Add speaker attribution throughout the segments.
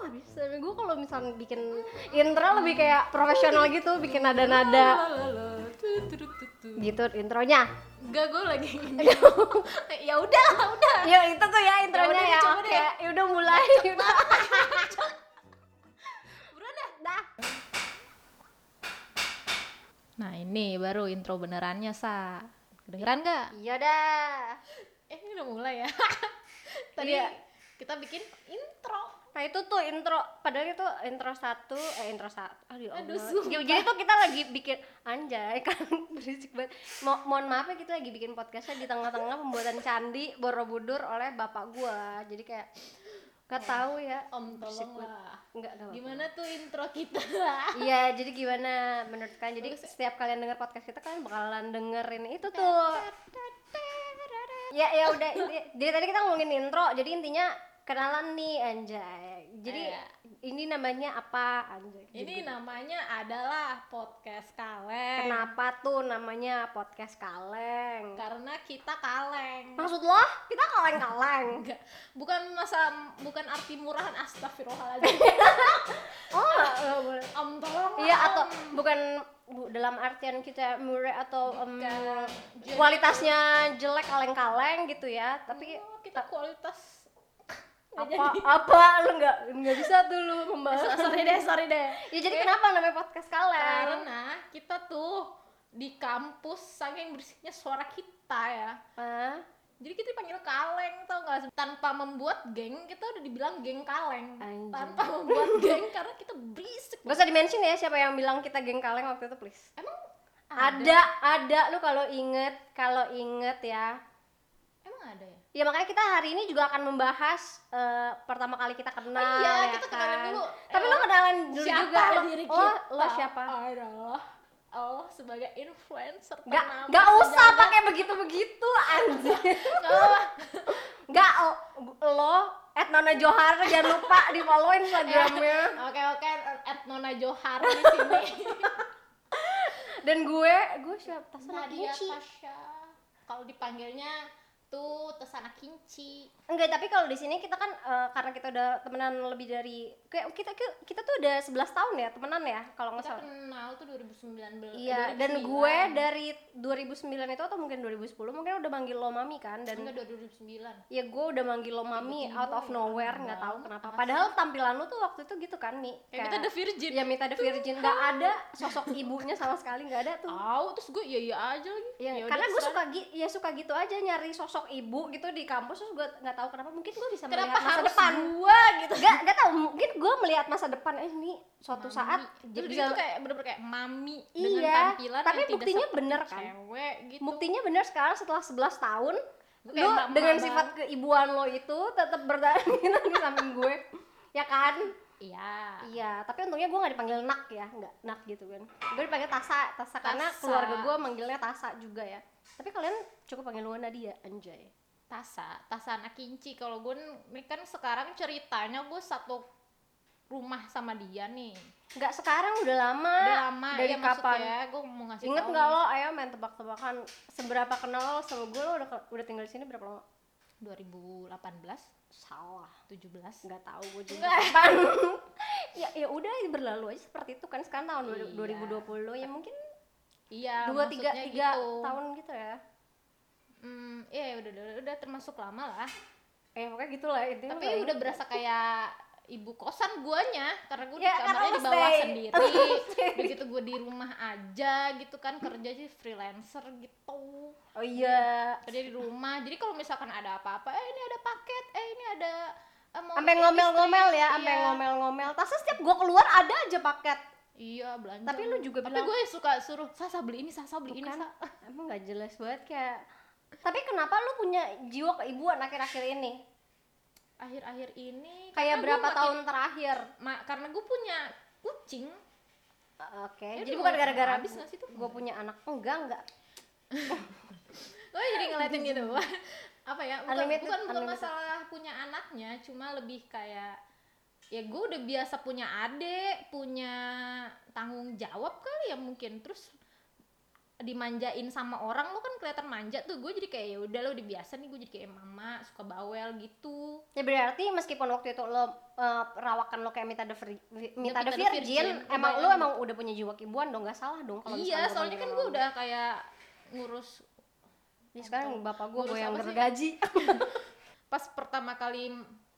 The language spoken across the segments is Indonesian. Speaker 1: Sebenernya gue kalau misalnya bikin intro lebih kayak profesional gitu, bikin nada-nada gitu intronya.
Speaker 2: Enggak, gue lagi Ya udah, udah
Speaker 1: Ya itu tuh ya intronya
Speaker 2: udah,
Speaker 1: ya.
Speaker 2: coba
Speaker 1: Oke,
Speaker 2: deh.
Speaker 1: ya udah mulai. Udah.
Speaker 2: Buruan dah
Speaker 1: Dah.
Speaker 3: Nah ini baru intro benerannya sa. Kedengeran nggak?
Speaker 1: Iya dah.
Speaker 2: Eh, ini udah mulai ya Tadi
Speaker 1: Iya.
Speaker 2: kita bikin intro
Speaker 1: Nah itu tuh intro, padahal itu intro satu, eh intro satu, aduh, Allah.
Speaker 2: Aduh, sumpah.
Speaker 1: Jadi- Jadi tuh kita lagi bikin, anjay kan berisik banget Mo- Mohon maaf ya kita lagi bikin podcastnya di tengah-tengah pembuatan candi Borobudur oleh bapak gua Jadi kayak gak tahu ya
Speaker 2: Om,
Speaker 1: Berisik banget.
Speaker 2: tolong lah
Speaker 1: Enggak, enggak apa-apa.
Speaker 2: Gimana tuh intro kita?
Speaker 1: Iya, jadi gimana menurut kalian? Jadi setiap kalian denger podcast kita kalian bakalan dengerin itu tuh. Ya ya udah. inti- Jadi tadi kita ngomongin intro, jadi intinya kenalan nih anjay. Jadi
Speaker 2: Iya.
Speaker 1: ini namanya apa anjay?
Speaker 2: Ini namanya adalah podcast kaleng
Speaker 1: Kenapa tuh namanya podcast kaleng?
Speaker 2: Karena kita kaleng
Speaker 1: Maksud lo? Kita kaleng-kaleng.
Speaker 2: Enggak, bukan masa bukan arti murahan astagfirullahaladzim
Speaker 1: Oh, eh, boleh.
Speaker 2: Om tolong lah,
Speaker 1: Iya atau
Speaker 2: Om.
Speaker 1: bukan bu- dalam artian kita murah atau em,
Speaker 2: Bukan. Jadi-
Speaker 1: kualitasnya jelek kaleng-kaleng gitu ya tapi
Speaker 2: Oh, kita kualitas Nggak
Speaker 1: apa apa lu nggak nggak bisa tuh lu membahas
Speaker 2: jadi. sorry deh sorry deh
Speaker 1: ya jadi kenapa namanya podcast kaleng
Speaker 2: karena kita tuh di kampus saking berisiknya suara kita ya
Speaker 1: Hah?
Speaker 2: jadi kita dipanggil kaleng tau gak sih? tanpa membuat geng kita udah dibilang geng kaleng
Speaker 1: Anjing.
Speaker 2: tanpa membuat geng karena kita berisik
Speaker 1: gak usah dimention ya siapa yang bilang kita geng kaleng waktu itu please
Speaker 2: emang
Speaker 1: ada ada lu kalau inget kalau inget ya
Speaker 2: emang ada ya
Speaker 1: ya makanya kita hari ini juga akan membahas eh, pertama kali kita kenal
Speaker 2: Oh
Speaker 1: ya
Speaker 2: iya, kita kenalan
Speaker 1: kan?
Speaker 2: dulu.
Speaker 1: tapi
Speaker 2: Eh,
Speaker 1: lu kenalan dulu
Speaker 2: siapa
Speaker 1: juga lo-
Speaker 2: diri
Speaker 1: oh
Speaker 2: kita
Speaker 1: lo siapa
Speaker 2: adalah Allah sebagai influencer
Speaker 1: Gak,
Speaker 2: ternama
Speaker 1: gak usah
Speaker 2: sejagat.
Speaker 1: pakai begitu-begitu anjir
Speaker 2: Gak apa-apa.
Speaker 1: Gak, oh, gu- lo at Nona Johar jangan lupa di followin Instagramnya
Speaker 2: oke oke at Nona Johar di sini
Speaker 1: Dan gue, gue siapa? Tasana
Speaker 2: Nadia
Speaker 1: Kinci
Speaker 2: Tasya kalau dipanggilnya tuh Tesana Kinci
Speaker 1: Enggak, tapi kalau di sini kita kan eh, karena kita udah temenan lebih dari kayak kita kita- kita tuh udah 11 tahun ya temenan ya kalau nggak
Speaker 2: kita
Speaker 1: salah.
Speaker 2: kenal tuh 2019
Speaker 1: Iya,
Speaker 2: eh,
Speaker 1: dan
Speaker 2: 2009.
Speaker 1: gue dari 2009 itu atau mungkin 2010 mungkin udah manggil lo mami kan dan
Speaker 2: enggak 2009
Speaker 1: ya gue udah manggil lo mami
Speaker 2: Tiba-tiba
Speaker 1: out of
Speaker 2: ya,
Speaker 1: nowhere
Speaker 2: aneh
Speaker 1: nggak tahu
Speaker 2: banget.
Speaker 1: kenapa.
Speaker 2: Apa
Speaker 1: Padahal tampilan lo tuh waktu itu gitu kan nih.
Speaker 2: kayak kita The Virgin
Speaker 1: ya Mita the Virgin nggak ada sosok ibunya sama sekali nggak ada tuh.
Speaker 2: Tahu terus gue iya iya aja lagi
Speaker 1: Ya,
Speaker 2: Yaudah,
Speaker 1: karena gue
Speaker 2: terserah.
Speaker 1: suka gi- ya suka gitu aja nyari sosok ibu gitu di kampus terus gue nggak tahu kenapa mungkin gue bisa
Speaker 2: kenapa
Speaker 1: melihat masa
Speaker 2: harus
Speaker 1: depan
Speaker 2: gue gitu
Speaker 1: nggak nggak tahu mungkin gue melihat masa depan eh ini suatu
Speaker 2: Mami.
Speaker 1: saat
Speaker 2: Terus
Speaker 1: jadi
Speaker 2: dia
Speaker 1: bisa-
Speaker 2: tuh kayak bener-bener kayak mami dengan
Speaker 1: Iya,
Speaker 2: tampilan
Speaker 1: tapi
Speaker 2: yang tidak
Speaker 1: buktinya
Speaker 2: seperti
Speaker 1: bener kan?
Speaker 2: cewek gitu
Speaker 1: buktinya bener sekarang setelah 11 tahun
Speaker 2: Lu kayak
Speaker 1: lu
Speaker 2: emak-emak
Speaker 1: dengan
Speaker 2: banget.
Speaker 1: sifat keibuan lo itu tetap bertahan gitu di samping gue ya kan
Speaker 2: iya
Speaker 1: iya tapi untungnya gue nggak dipanggil nak ya nggak nak gitu kan gue dipanggil tasa tasa karena
Speaker 2: Tasa.
Speaker 1: keluarga gue manggilnya tasa juga ya tapi kalian cukup panggil gue Nadia anjay
Speaker 2: Tasa, Tasana Kinci. Kalau gue n- ini kan sekarang ceritanya gue satu rumah sama dia nih.
Speaker 1: nggak sekarang udah lama
Speaker 2: Udah lama
Speaker 1: Ah, dari
Speaker 2: ya
Speaker 1: kapan
Speaker 2: maksudnya. ya? Gue mau ngasih
Speaker 1: Ingat
Speaker 2: tahu
Speaker 1: nggak
Speaker 2: nih.
Speaker 1: lo, ayo main tebak-tebakan seberapa kenal lo sama gue lo udah ke- udah tinggal di sini berapa lama?
Speaker 2: 2018,
Speaker 1: Salah,
Speaker 2: 17.
Speaker 1: nggak tahu gue juga.
Speaker 2: Nggak.
Speaker 1: kapan. ya ya udah berlalu aja seperti itu kan sekarang tahun
Speaker 2: Iya.
Speaker 1: 2020 ya mungkin
Speaker 2: Iya,
Speaker 1: dua tiga
Speaker 2: maksudnya
Speaker 1: tiga
Speaker 2: gitu.
Speaker 1: tahun gitu ya.
Speaker 2: Hmm, iya udah, udah udah termasuk lama lah.
Speaker 1: Eh pokoknya gitulah intinya.
Speaker 2: Tapi
Speaker 1: kayak
Speaker 2: udah
Speaker 1: gitu.
Speaker 2: berasa kayak ibu kosan guanya karena
Speaker 1: Ya,
Speaker 2: gue di
Speaker 1: karena
Speaker 2: kamarnya
Speaker 1: lu
Speaker 2: di bawah
Speaker 1: stay.
Speaker 2: sendiri. Begitu gue di rumah aja gitu kan kerja jadi freelancer gitu.
Speaker 1: Oh iya.
Speaker 2: kerja di rumah jadi kalau misalkan ada apa-apa eh ini ada paket eh ini ada eh, mau
Speaker 1: Sampai
Speaker 2: bikin
Speaker 1: ngomel-ngomel
Speaker 2: listrik,
Speaker 1: ya, sampai
Speaker 2: iya.
Speaker 1: ngomel-ngomel. Tasnya setiap gue keluar ada aja paket.
Speaker 2: iya belanja
Speaker 1: Tapi lu juga
Speaker 2: tapi
Speaker 1: bilang-
Speaker 2: gue suka suruh sasa beli ini sasa beli ini
Speaker 1: Bukan.
Speaker 2: Sa."
Speaker 1: Kan? Emang nggak jelas banget kayak. Tapi kenapa lu punya jiwa keibuan akhir-akhir ini?
Speaker 2: akhir-akhir ini karena
Speaker 1: Kayak
Speaker 2: gue
Speaker 1: berapa
Speaker 2: makin-
Speaker 1: tahun terakhir?
Speaker 2: ma- karena gue punya kucing
Speaker 1: Oke,
Speaker 2: Ya
Speaker 1: Eh, jadi
Speaker 2: udah,
Speaker 1: bukan
Speaker 2: mau-
Speaker 1: gara-gara
Speaker 2: habis nggak sih tuh?
Speaker 1: gue punya anak enggak enggak.
Speaker 2: gue jadi ngeliatin gitu apa ya bukan
Speaker 1: Unlimited,
Speaker 2: bukan, bukan
Speaker 1: unlimited.
Speaker 2: masalah punya anaknya cuma lebih kayak ya gue udah biasa punya adik punya tanggung jawab kali ya mungkin terus dimanjain sama orang lu kan kelihatan manja tuh gue jadi kayak ya udah lo udah biasa nih gue jadi kayak mama suka bawel gitu
Speaker 1: Ya berarti meskipun waktu itu lo eh, perawakan lo kayak Mita the, Vir- Vi- Mita the
Speaker 2: Mita the
Speaker 1: Virgin,
Speaker 2: Virgin,
Speaker 1: emang lo
Speaker 2: lumayan.
Speaker 1: emang udah punya jiwa kibuan dong, nggak salah dong kalau
Speaker 2: iya
Speaker 1: misalkan gua
Speaker 2: soalnya kan
Speaker 1: panggil
Speaker 2: gue
Speaker 1: lo.
Speaker 2: udah kayak ngurus
Speaker 1: Ya, sekarang bapak gue
Speaker 2: Ngurus
Speaker 1: gue yang
Speaker 2: apa sih?
Speaker 1: bergaji.
Speaker 2: pas pertama kali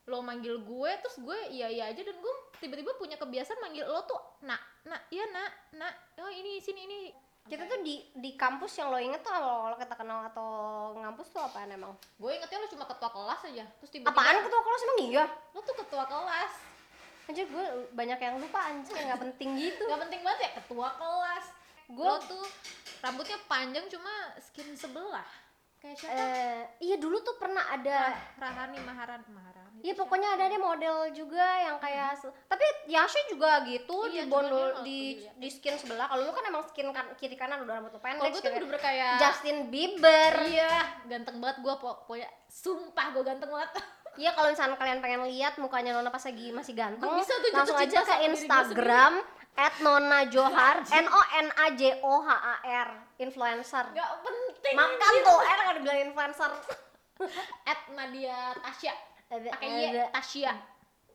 Speaker 2: lo manggil gue terus gue iya iya aja dan gue tiba-tiba punya kebiasaan manggil lo tuh nak nak iya nak nak oh ini sini ini
Speaker 1: Kita tuh di di kampus yang lo inget tuh awal-awal kita kenal atau ngampus tuh apaan emang?
Speaker 2: gue ingetnya lo cuma ketua kelas aja terus tiba-tiba
Speaker 1: Apaan ketua kelas emang iya?
Speaker 2: lo tuh ketua kelas
Speaker 1: Anjir gue banyak yang lupa anjir kayak nggak penting gitu.
Speaker 2: nggak penting banget ya ketua kelas gue
Speaker 1: Gue
Speaker 2: tuh rambutnya panjang cuma skin sebelah kayak siapa
Speaker 1: eh iya dulu tuh pernah
Speaker 2: Rah-
Speaker 1: ada
Speaker 2: Rahani Maharan Maharani
Speaker 1: Iya pokoknya ada deh model juga yang kayak se- tapi Yasha juga gitu di
Speaker 2: Hmm. Iya, cuman dia
Speaker 1: bondol
Speaker 2: nggak
Speaker 1: di
Speaker 2: kelihatan.
Speaker 1: di skin sebelah. Kalau lu kan emang skin kan, kiri kanan udah rambut lu
Speaker 2: kalau
Speaker 1: pendek.
Speaker 2: gue tuh
Speaker 1: skin- ya.
Speaker 2: bener-bener kayak
Speaker 1: Justin Bieber.
Speaker 2: iya ganteng banget gue pokoknya sumpah gue ganteng banget
Speaker 1: Iya kalau misalnya kalian pengen lihat mukanya Nona pas lagi masih ganteng,
Speaker 2: Gua bisa tuh jatuh
Speaker 1: langsung
Speaker 2: cinta
Speaker 1: aja
Speaker 2: sama Iya,
Speaker 1: ke
Speaker 2: diri gua
Speaker 1: Instagram @nonajohar n o n a j o h a r influencer.
Speaker 2: nggak iya. penting
Speaker 1: Makan tuh, enak ada bilang influencer.
Speaker 2: at Nadia Tasya pakai Y Tasya
Speaker 1: Hmm.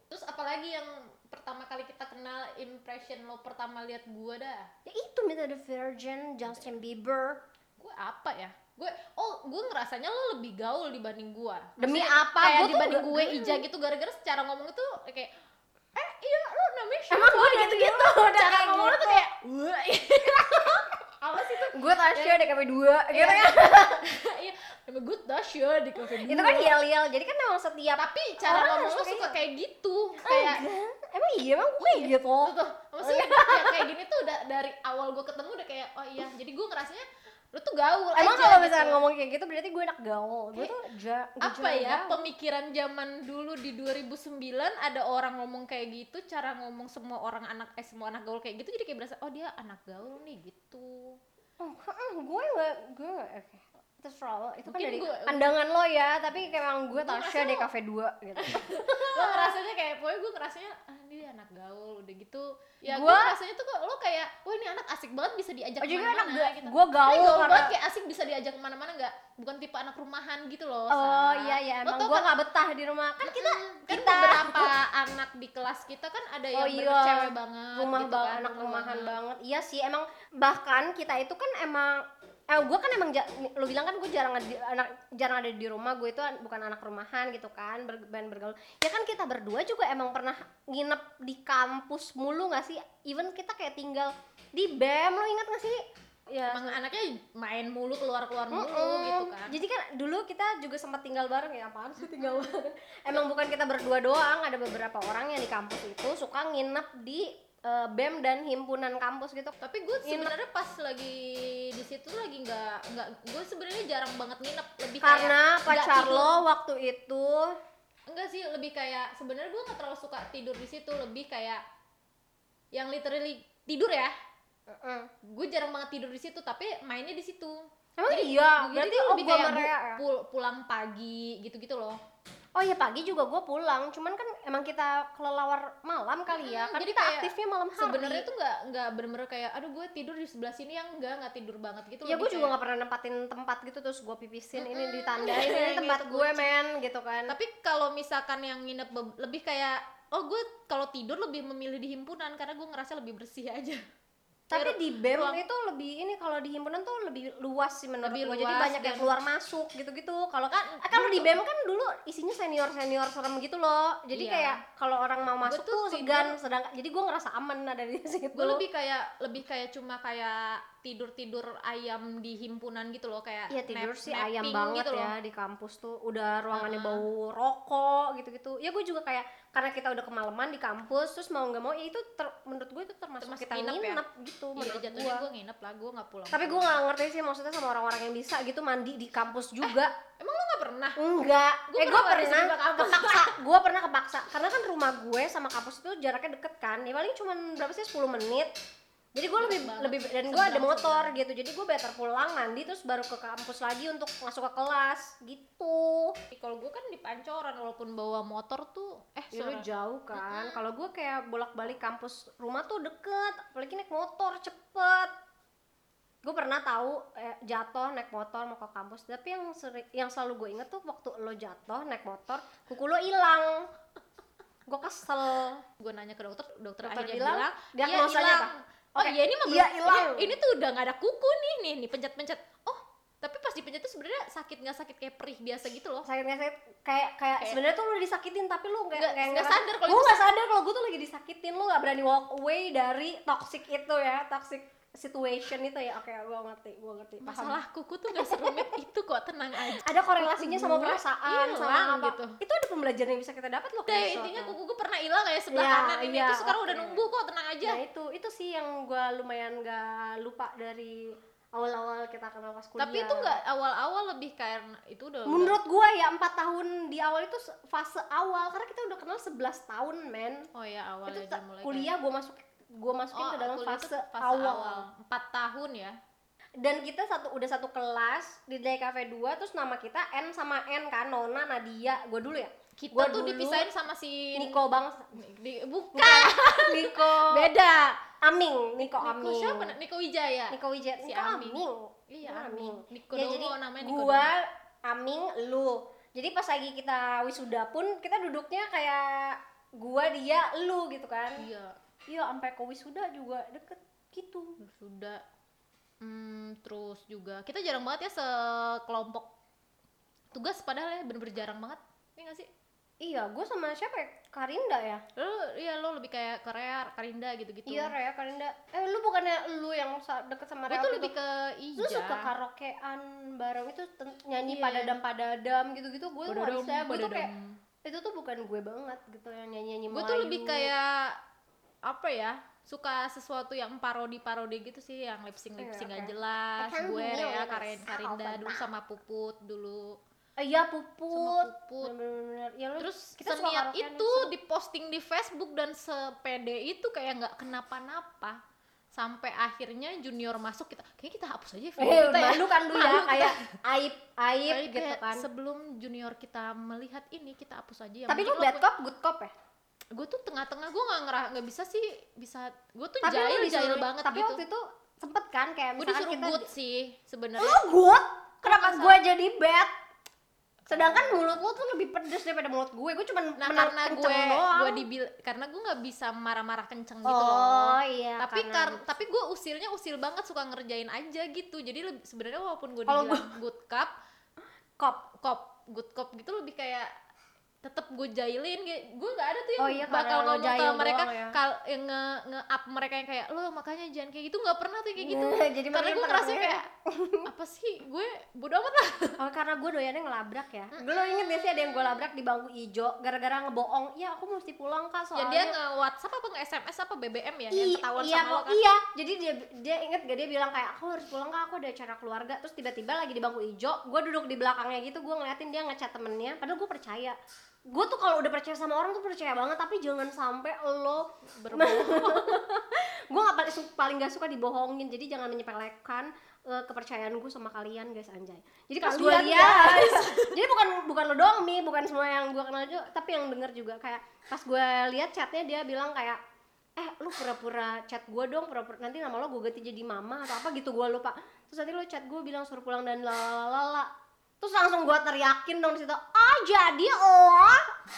Speaker 2: terus apalagi yang pertama kali kita kenal impression lo pertama lihat gue dah
Speaker 1: Ya itu Mita the Virgin, Justin Bieber.
Speaker 2: gue apa ya gue oh gue ngerasanya lo lebih gaul dibanding gue
Speaker 1: Demi apa?
Speaker 2: kayak
Speaker 1: Gua tuh
Speaker 2: dibanding
Speaker 1: nggak-
Speaker 2: gue Ija gitu gara-gara secara ngomong itu kayak eh iya lo namanya siapa
Speaker 1: Emang gue gitu-gitu udah
Speaker 2: cara
Speaker 1: kayak
Speaker 2: ngomong lo
Speaker 1: gitu.
Speaker 2: tuh kayak "Wah, iya." apa sih tuh
Speaker 1: Gue Tasya ada kami dua gitu
Speaker 2: Iya.
Speaker 1: kan.
Speaker 2: iya nama gue Tasya di kafe
Speaker 1: Itu kan yel-yel. Jadi kan emang setiap
Speaker 2: tapi cara
Speaker 1: Orang
Speaker 2: ngomong
Speaker 1: harus
Speaker 2: lo
Speaker 1: kayak Kan
Speaker 2: suka kayak gitu kayak
Speaker 1: emang iya emang gue kayak gitu.
Speaker 2: tuh tuh maksudnya kayak, Ya, kayak gini tuh udah dari awal gue ketemu udah kayak oh iya jadi gue ngerasanya lu tuh gaul
Speaker 1: Emang
Speaker 2: aja
Speaker 1: kalau
Speaker 2: gitu.
Speaker 1: misalnya ngomong kayak gitu berarti gue anak gaul. Gue
Speaker 2: Kayak,
Speaker 1: tuh ja, gua
Speaker 2: apa
Speaker 1: jarang
Speaker 2: ya
Speaker 1: gaul.
Speaker 2: pemikiran zaman dulu di 2009 ada orang ngomong kayak gitu cara ngomong semua orang anak eh semua anak gaul kayak gitu jadi kayak berasa oh dia anak gaul nih gitu
Speaker 1: Oh, heeh, gue gak, gue nggak- oke. Terserah lo, itu kan
Speaker 2: Mungkin
Speaker 1: dari
Speaker 2: gua-
Speaker 1: pandangan lo ya, tapi kayak emang gue Tasya
Speaker 2: ngerasa
Speaker 1: di
Speaker 2: lo-
Speaker 1: kafe 2 gitu.
Speaker 2: lo ngerasanya kayak pokoknya gue ngerasanya ah ini dia anak gaul udah gitu ya gue
Speaker 1: Gua-
Speaker 2: ngerasanya tuh kok lo kayak wah ini anak asik banget bisa diajak
Speaker 1: Oh, jadi anak
Speaker 2: kemana-mana
Speaker 1: gue,
Speaker 2: gitu
Speaker 1: gue gaul
Speaker 2: Ini gaul
Speaker 1: karena
Speaker 2: banget kayak asik bisa diajak kemana-mana nggak bukan tipe anak rumahan gitu loh
Speaker 1: Oh
Speaker 2: Sa.
Speaker 1: iya iya, emang
Speaker 2: Lo tau
Speaker 1: gue
Speaker 2: kan-
Speaker 1: gak betah di rumah. Kan kita
Speaker 2: kan
Speaker 1: kita-
Speaker 2: beberapa anak di kelas kita kan ada yang
Speaker 1: Oh, iya.
Speaker 2: bener cewek banget
Speaker 1: rumah
Speaker 2: gitu
Speaker 1: banget,
Speaker 2: kan,
Speaker 1: anak
Speaker 2: rumah
Speaker 1: rumahan
Speaker 2: banget.
Speaker 1: banget. Iya sih, emang bahkan kita itu kan emang Eh, gue kan emang ja- lo bilang kan gue jarang ada di- anak jarang ada di rumah gue itu an- bukan anak rumahan gitu kan ber, ben- bergaul ya kan kita berdua juga emang pernah nginep di kampus mulu gak sih even kita kayak tinggal di bem lo ingat gak sih ya
Speaker 2: emang anaknya main mulu keluar keluar mulu
Speaker 1: Mm-mm.
Speaker 2: gitu kan
Speaker 1: Jadi kan dulu kita juga sempat tinggal bareng ya, apaan sih tinggal bareng? Emang bukan kita berdua doang, ada beberapa orang yang di kampus itu suka nginep di eh, BEM dan himpunan kampus gitu.
Speaker 2: tapi gue
Speaker 1: Nginep.
Speaker 2: sebenarnya pas lagi di situ lagi nggak nggak gue sebenarnya jarang banget nginep lebih
Speaker 1: Karena
Speaker 2: kayak Iya. nggak
Speaker 1: pacar
Speaker 2: tidur.
Speaker 1: lo waktu itu
Speaker 2: enggak sih lebih kayak sebenarnya gue nggak terlalu suka tidur di situ lebih kayak yang literally tidur ya
Speaker 1: Mm-mm.
Speaker 2: gue jarang banget tidur di situ tapi mainnya di situ
Speaker 1: Emang
Speaker 2: Jadi,
Speaker 1: iya,
Speaker 2: Jadi
Speaker 1: berarti oh
Speaker 2: tuh lebih
Speaker 1: gua
Speaker 2: kayak
Speaker 1: sama Rea ya?
Speaker 2: pul- pulang pagi gitu-gitu loh
Speaker 1: Oh iya pagi juga gue pulang, cuman kan emang kita kelelawar malam kali ya,
Speaker 2: Mm,
Speaker 1: kan
Speaker 2: jadi
Speaker 1: kita
Speaker 2: kayak
Speaker 1: aktifnya malam hari.
Speaker 2: sebenarnya tuh nggak nggak bener-bener kayak aduh gue tidur di sebelah sini yang enggak nggak tidur banget gitu
Speaker 1: ya
Speaker 2: lebih
Speaker 1: gue juga
Speaker 2: kayak-
Speaker 1: nggak pernah nempatin tempat gitu terus gue pipisin ini
Speaker 2: Mm-mm.
Speaker 1: ditandain
Speaker 2: Kayak
Speaker 1: ini
Speaker 2: gitu,
Speaker 1: tempat gue
Speaker 2: gua-
Speaker 1: men gitu kan
Speaker 2: tapi kalau misalkan yang nginep be- lebih kayak oh gue kalau tidur lebih memilih di himpunan karena gue ngerasa lebih bersih aja
Speaker 1: Tapi
Speaker 2: Kayak
Speaker 1: di BEM
Speaker 2: ruang-
Speaker 1: itu lebih ini kalau di himpunan tuh lebih luas sih menurut
Speaker 2: Lebih
Speaker 1: gue. Jadi
Speaker 2: luas
Speaker 1: banyak yang
Speaker 2: dan-
Speaker 1: keluar masuk gitu-gitu. Kalau kan
Speaker 2: Kan,
Speaker 1: kalau di BEM kan dulu isinya senior-senior serem gitu loh. Jadi
Speaker 2: Iya.
Speaker 1: kayak kalau orang mau
Speaker 2: Gua
Speaker 1: masuk
Speaker 2: tuh
Speaker 1: tuh segan sedangkan jadi gue ngerasa aman ada di situ.
Speaker 2: gue lebih kayak lebih kayak cuma kayak tidur tidur ayam di himpunan gitu loh kayak
Speaker 1: Iya tidur
Speaker 2: nap-
Speaker 1: sih ayam
Speaker 2: napping
Speaker 1: banget
Speaker 2: gitu loh.
Speaker 1: ya di kampus tuh udah ruangannya
Speaker 2: Uh-uh.
Speaker 1: bau rokok gitu-gitu. Ya gue juga kayak karena kita udah kemalaman di kampus terus mau nggak mau ya itu ter- menurut gue itu termasuk,
Speaker 2: Termasuk
Speaker 1: kita
Speaker 2: nginep
Speaker 1: nginep,
Speaker 2: ya?
Speaker 1: gitu
Speaker 2: iya
Speaker 1: menurut
Speaker 2: jatuhnya
Speaker 1: gue.
Speaker 2: gue nginep lah gue nggak pulang
Speaker 1: Tapi gue nggak ngerti sih maksudnya sama orang-orang yang bisa gitu mandi di kampus juga.
Speaker 2: emang lo nggak pernah
Speaker 1: Enggak.
Speaker 2: Gua
Speaker 1: eh, gue
Speaker 2: pernah
Speaker 1: pernah
Speaker 2: di sebelah kampus.
Speaker 1: kepaksa. gue pernah kepaksa. Karena kan rumah gue sama kampus itu jaraknya deket kan. Ya paling cuman berapa sih 10 menit. Jadi gue
Speaker 2: Deket
Speaker 1: lebih
Speaker 2: banget.
Speaker 1: lebih dan gue ada
Speaker 2: Seberang,
Speaker 1: motor gitu. Jadi gue better pulang mandi terus baru ke kampus lagi untuk masuk ke kelas gitu.
Speaker 2: kalau gue kan di pancoran walaupun bawa motor tuh eh
Speaker 1: Ya lu
Speaker 2: suara-
Speaker 1: jauh kan. Kalau gue kayak bolak-balik kampus rumah tuh deket. Apalagi naik motor cepet. gue pernah tahu eh, jatuh naik motor mau ke kampus tapi yang seri- yang selalu gue inget tuh waktu lo jatuh naik motor kuku lo hilang gue kesel
Speaker 2: gue nanya ke dokter dokter,
Speaker 1: Dokter
Speaker 2: akhirnya
Speaker 1: bilang,
Speaker 2: bilang, dia
Speaker 1: diagnosanya
Speaker 2: Iya, hilang
Speaker 1: apa?
Speaker 2: oh
Speaker 1: Oke,
Speaker 2: iya ini mah
Speaker 1: iya,
Speaker 2: belum-
Speaker 1: hilang.
Speaker 2: ini, ini tuh udah nggak ada kuku nih nih nih pencet pencet oh tapi pas dipencet tuh sebenarnya sakit nggak sakit kayak perih biasa gitu loh
Speaker 1: sakit nggak sakit kayak kayak
Speaker 2: Kayak-
Speaker 1: sebenarnya tuh lo disakitin tapi lo nggak
Speaker 2: Nggak-
Speaker 1: kayak
Speaker 2: nggak
Speaker 1: ngerasa-
Speaker 2: sadar kalau
Speaker 1: gue
Speaker 2: itu
Speaker 1: nggak sadar kalau gue tuh lagi disakitin lo nggak berani walk away dari toxic itu ya toxic situation itu ya oke gue ngerti gue ngerti paham.
Speaker 2: masalah kuku tuh nggak serumit itu kok tenang aja
Speaker 1: ada korelasinya sama
Speaker 2: Kuku
Speaker 1: perasaan
Speaker 2: hilang
Speaker 1: sama apa
Speaker 2: gitu.
Speaker 1: itu ada pembelajaran yang bisa kita dapat loh
Speaker 2: Udah,
Speaker 1: kayak
Speaker 2: intinya kuku gue pernah hilang ya sebelah
Speaker 1: Iya,
Speaker 2: kanan ini
Speaker 1: iya,
Speaker 2: tuh sekarang udah
Speaker 1: oke.
Speaker 2: numbuh kok tenang aja
Speaker 1: nah itu itu sih yang gue lumayan gak lupa dari awal-awal kita kenal pas kuliah
Speaker 2: tapi itu nggak awal-awal lebih karena itu udah
Speaker 1: menurut gue ya empat tahun di awal itu se- fase awal karena kita udah kenal 11 tahun men
Speaker 2: oh ya awal
Speaker 1: itu
Speaker 2: aja
Speaker 1: ta-
Speaker 2: mulai
Speaker 1: kuliah gue masuk gue
Speaker 2: kayak-
Speaker 1: masukin
Speaker 2: oh
Speaker 1: ke dalam
Speaker 2: kuliah tuh
Speaker 1: fase, awal.
Speaker 2: empat tahun ya
Speaker 1: dan kita satu udah satu kelas di Day Cafe 2 terus nama kita N sama N kan Nona Nadia gue dulu ya
Speaker 2: kita
Speaker 1: Gua
Speaker 2: tuh
Speaker 1: dulu-
Speaker 2: dipisahin sama si
Speaker 1: Niko Bang
Speaker 2: Di- bukan
Speaker 1: Niko
Speaker 2: beda
Speaker 1: Aming Niko
Speaker 2: Niko
Speaker 1: Aming
Speaker 2: siapa na- Niko Wijaya
Speaker 1: Niko Wijaya
Speaker 2: Si
Speaker 1: Niko
Speaker 2: Aming.
Speaker 1: Aming
Speaker 2: iya
Speaker 1: Gua
Speaker 2: Aming Niko
Speaker 1: ya
Speaker 2: Dongo
Speaker 1: jadi
Speaker 2: namanya Niko
Speaker 1: gua
Speaker 2: Dongo.
Speaker 1: Aming lu jadi pas lagi kita wisuda pun kita duduknya kayak gua dia lu gitu kan
Speaker 2: iya
Speaker 1: iya sampai ke wisuda juga deket gitu
Speaker 2: sudah Hmm, terus juga kita jarang banget ya sekelompok tugas padahal ya bener-bener jarang banget Iya gak sih?
Speaker 1: iya gua sama siapa ya? Karinda ya
Speaker 2: Lu, iya lo lebih kayak Korea, Karinda gitu-gitu
Speaker 1: Iya Raya Karinda. Eh lu bukannya lu yang sa- deket sama
Speaker 2: Gue
Speaker 1: Raya?
Speaker 2: tuh
Speaker 1: waktu
Speaker 2: lebih
Speaker 1: itu?
Speaker 2: ke Ija
Speaker 1: Lu suka karaokean bareng itu ten- nyanyi
Speaker 2: Iya.
Speaker 1: padadam padadam gitu-gitu gue tuh nggak
Speaker 2: Padadam,
Speaker 1: bisa gue tuh
Speaker 2: padadam.
Speaker 1: kayak itu tuh bukan gue banget gitu yang nyanyi nyanyi
Speaker 2: Gua tuh lebih kayak apa ya suka sesuatu yang parodi parodi gitu sih yang lip sync lip
Speaker 1: Iya,
Speaker 2: sync
Speaker 1: oke.
Speaker 2: gak jelas
Speaker 1: I can
Speaker 2: gue
Speaker 1: feel
Speaker 2: ya
Speaker 1: it.
Speaker 2: Karen Karinda
Speaker 1: Open
Speaker 2: dulu sama Puput dulu
Speaker 1: iya puput
Speaker 2: sama Puput
Speaker 1: bener-bener ya lu
Speaker 2: terus
Speaker 1: kita suka
Speaker 2: seniat
Speaker 1: karaokean,
Speaker 2: itu
Speaker 1: seru.
Speaker 2: diposting di Facebook dan sepede itu kayak nggak kenapa-napa sampai akhirnya junior masuk kita kayak kita hapus aja video
Speaker 1: eh
Speaker 2: kita ya.
Speaker 1: malu kan lu ya
Speaker 2: Malu kita.
Speaker 1: kayak aib aib
Speaker 2: Jadi
Speaker 1: gitu
Speaker 2: kayak
Speaker 1: kan
Speaker 2: sebelum junior kita melihat ini kita hapus aja ya. yang
Speaker 1: tapi lu bad cop good cop ya
Speaker 2: gue tuh tengah-tengah gue nggak ngerah nggak bisa sih bisa gue tuh
Speaker 1: tapi lu
Speaker 2: jahil jahil
Speaker 1: disuruh
Speaker 2: banget
Speaker 1: tapi
Speaker 2: gitu
Speaker 1: waktu itu sempet kan kayak
Speaker 2: gue
Speaker 1: misalkan
Speaker 2: disuruh
Speaker 1: kita
Speaker 2: good sih sebenarnya
Speaker 1: lu good kenapa
Speaker 2: Masa?
Speaker 1: gue jadi bad sedangkan mulut lu tuh lebih pedes daripada mulut gue gue cuma menang
Speaker 2: nah karena
Speaker 1: kenceng
Speaker 2: gue
Speaker 1: doang.
Speaker 2: gue dibil karena gue nggak bisa marah-marah kenceng gitu loh
Speaker 1: oh iya
Speaker 2: tapi
Speaker 1: karena-
Speaker 2: kar tapi gue usilnya usil banget suka ngerjain aja gitu jadi lebih- sebenarnya walaupun gue
Speaker 1: Kalau
Speaker 2: dibilang good cup
Speaker 1: kop
Speaker 2: cop good cop gitu lebih kayak tetep gue jailin kayak gue nggak ada tuh yang
Speaker 1: Oh iya, karena
Speaker 2: bakal
Speaker 1: lo
Speaker 2: ngomong ke
Speaker 1: jahil
Speaker 2: mereka
Speaker 1: doang ya.
Speaker 2: kal yang nge nge up mereka yang kayak lo makanya jangan kayak gitu nggak pernah tuh yang kayak gitu
Speaker 1: jadi
Speaker 2: karena
Speaker 1: makanya
Speaker 2: gue
Speaker 1: pernah
Speaker 2: ngerasa
Speaker 1: gue-
Speaker 2: kayak apa sih gue bodo amat lah
Speaker 1: Oh, karena gue doyannya ngelabrak ya. Gue lo inget gak sih ada yang gue labrak di bangku ijo gara-gara ngebohong. Iya, aku mesti pulang kak
Speaker 2: ya
Speaker 1: soalnya.
Speaker 2: dia nge WhatsApp apa nge SMS apa BBM ya yang
Speaker 1: I-
Speaker 2: ketahuan
Speaker 1: iya,
Speaker 2: sama lo
Speaker 1: kok,
Speaker 2: kan
Speaker 1: iya. Jadi dia dia inget gak dia bilang kayak aku harus pulang kak, aku ada acara keluarga. Terus tiba-tiba lagi di bangku ijo, gue duduk di belakangnya gitu, gue ngeliatin dia ngechat temennya. Padahal gue percaya. Gue tuh kalau udah percaya sama orang tuh percaya banget, tapi jangan sampai lo
Speaker 2: berbohong
Speaker 1: gue nggak paling su- paling gak suka dibohongin jadi jangan menyepelekan eh, kepercayaan gue sama kalian guys anjay jadi pas gue
Speaker 2: Kalian,
Speaker 1: lihat Iya. jadi bukan bukan lo doang mi bukan semua yang gue kenal juga tapi yang denger juga kayak pas gue lihat chatnya dia bilang kayak eh lu pura-pura chat gue dong pura-pura nanti nama lo gue ganti jadi mama atau apa gitu gue lupa terus nanti lo chat gue bilang suruh pulang dan lalalala terus langsung gue teriakin dong di situ oh jadi lo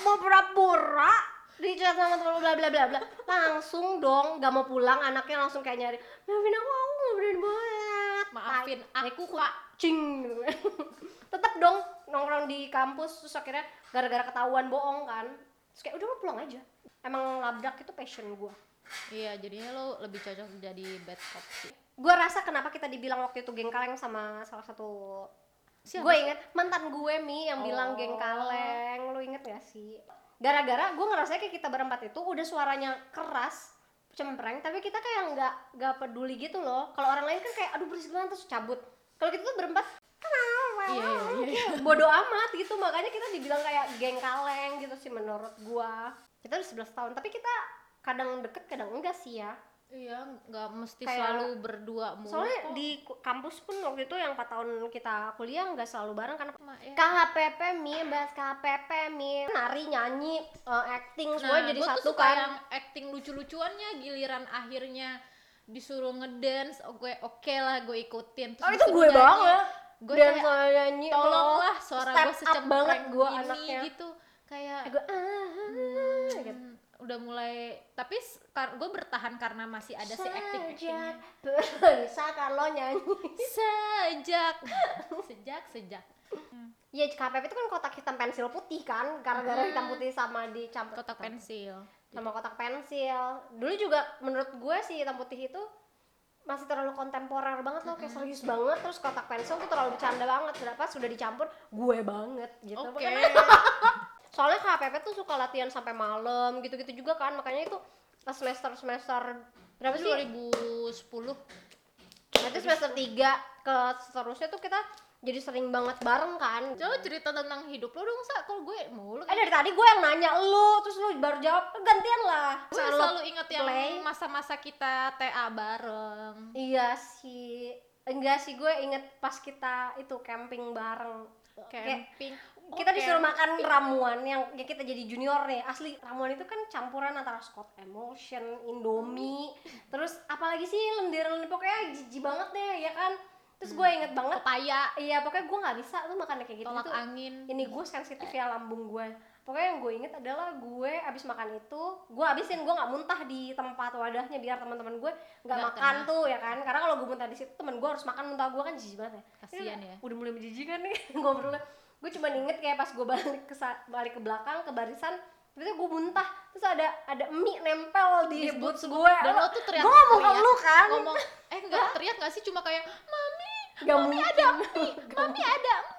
Speaker 1: mau pura-pura di chat sama temen lo, bla bla bla bla langsung dong gak mau pulang anaknya langsung kayak nyari maafin aku aku gak berani banget
Speaker 2: maafin
Speaker 1: Tai,
Speaker 2: aku
Speaker 1: tai
Speaker 2: pak
Speaker 1: kucing gitu tetap dong nongkrong di kampus terus akhirnya gara-gara ketahuan bohong kan terus kayak udah lo pulang aja emang labrak itu passion gue
Speaker 2: iya jadinya lo lebih cocok jadi bad cop sih
Speaker 1: gue rasa kenapa kita dibilang waktu itu geng kaleng sama salah satu
Speaker 2: Siapa
Speaker 1: gue inget mantan gue mi yang bilang
Speaker 2: Oh.
Speaker 1: geng kaleng lu inget gak sih gara-gara gue ngerasa kayak kita berempat itu udah suaranya keras cempreng tapi kita kayak nggak nggak peduli gitu loh kalau orang lain kan kayak aduh berisik banget terus cabut kalau kita tuh berempat
Speaker 2: Iya, iya, iya,
Speaker 1: bodoh amat gitu makanya kita dibilang kayak geng kaleng gitu sih menurut gua kita udah 11 tahun tapi kita kadang deket kadang enggak sih ya
Speaker 2: Iya, nggak mesti
Speaker 1: Kayak-
Speaker 2: selalu berdua mulu.
Speaker 1: soalnya
Speaker 2: kok.
Speaker 1: di ku- kampus pun waktu itu yang 4 tahun kita kuliah nggak selalu bareng karena
Speaker 2: Mak, ya.
Speaker 1: KHPP mi bahas KHPP mi nari nyanyi eh, acting
Speaker 2: Nah,
Speaker 1: semua jadi
Speaker 2: gua tuh
Speaker 1: satu
Speaker 2: suka
Speaker 1: kan
Speaker 2: yang acting lucu-lucuannya giliran akhirnya disuruh ngedance oh gue oke lah gue ikutin
Speaker 1: Oh itu gue banget.
Speaker 2: gue
Speaker 1: dan
Speaker 2: kayak
Speaker 1: kalau nyanyi oh,
Speaker 2: tolonglah suara
Speaker 1: step
Speaker 2: gue
Speaker 1: up
Speaker 2: secempreng
Speaker 1: banget gue
Speaker 2: ini
Speaker 1: anaknya.
Speaker 2: gitu kayak
Speaker 1: gue ah,
Speaker 2: hmm,
Speaker 1: gitu.
Speaker 2: udah mulai tapi gue bertahan karena masih ada si acting actingnya
Speaker 1: sejak bisa kalau nyanyi.
Speaker 2: sejak sejak sejak
Speaker 1: Ya KPP itu kan kotak hitam pensil putih kan, gara-gara
Speaker 2: Hmm.
Speaker 1: hitam putih sama dicampur
Speaker 2: kotak pensil
Speaker 1: Gitu. sama kotak pensil. Dulu juga menurut gue sih hitam putih itu masih terlalu kontemporer banget loh, kayak serius banget. Terus kotak pensil tuh terlalu bercanda banget. Kenapa sudah dicampur gue banget gitu.
Speaker 2: oke
Speaker 1: Makanya soalnya KPP tuh suka latihan sampai malam gitu-gitu juga kan makanya itu pas semester semester berapa sih
Speaker 2: 2010
Speaker 1: berarti semester 3 ke seterusnya tuh kita jadi sering banget bareng kan
Speaker 2: coba cerita tentang hidup lo dong sa kalau gue mulu
Speaker 1: eh dari tadi gue yang nanya lu terus lu baru jawab "Eh, gantian lah
Speaker 2: gue
Speaker 1: Saat lu-
Speaker 2: selalu inget yang
Speaker 1: play.
Speaker 2: masa-masa kita TA bareng
Speaker 1: iya sih enggak sih gue inget pas kita itu camping bareng Kayak
Speaker 2: camping Oh,
Speaker 1: kita disuruh
Speaker 2: camp-
Speaker 1: makan ramuan yang yang kita jadi junior nih asli ramuan itu kan campuran antara Scott Emulsion, Indomie, terus apalagi sih lendir-lendir pokoknya jijik banget deh ya kan. Terus gue inget banget,
Speaker 2: pepaya
Speaker 1: iya pokoknya gue nggak bisa tuh makan kayak gitu.
Speaker 2: tolak
Speaker 1: Itu-
Speaker 2: angin
Speaker 1: ini gue sensitif ya lambung gue. Pokoknya yang gue inget adalah gue abis makan itu, gue abisin gue nggak muntah di tempat wadahnya biar teman-teman gue nggak
Speaker 2: Nggak
Speaker 1: makan
Speaker 2: kena.
Speaker 1: tuh ya kan. Karena kalau gue muntah di situ temen gue harus makan muntah gue kan jijik banget ya
Speaker 2: kasihan ya
Speaker 1: udah mulai menjijikan nih ngobrolnya gue cuma inget kayak pas gue balik ke sa- balik ke belakang ke barisan tiba-tiba gue muntah terus ada ada mie nempel di,
Speaker 2: Di
Speaker 1: boots gue
Speaker 2: dan lo tuh
Speaker 1: gue
Speaker 2: teriak
Speaker 1: ngomong ke
Speaker 2: teriak.
Speaker 1: lu kan
Speaker 2: ngomong eh enggak teriak nggak sih cuma kayak mami
Speaker 1: gak mungkin
Speaker 2: mami ada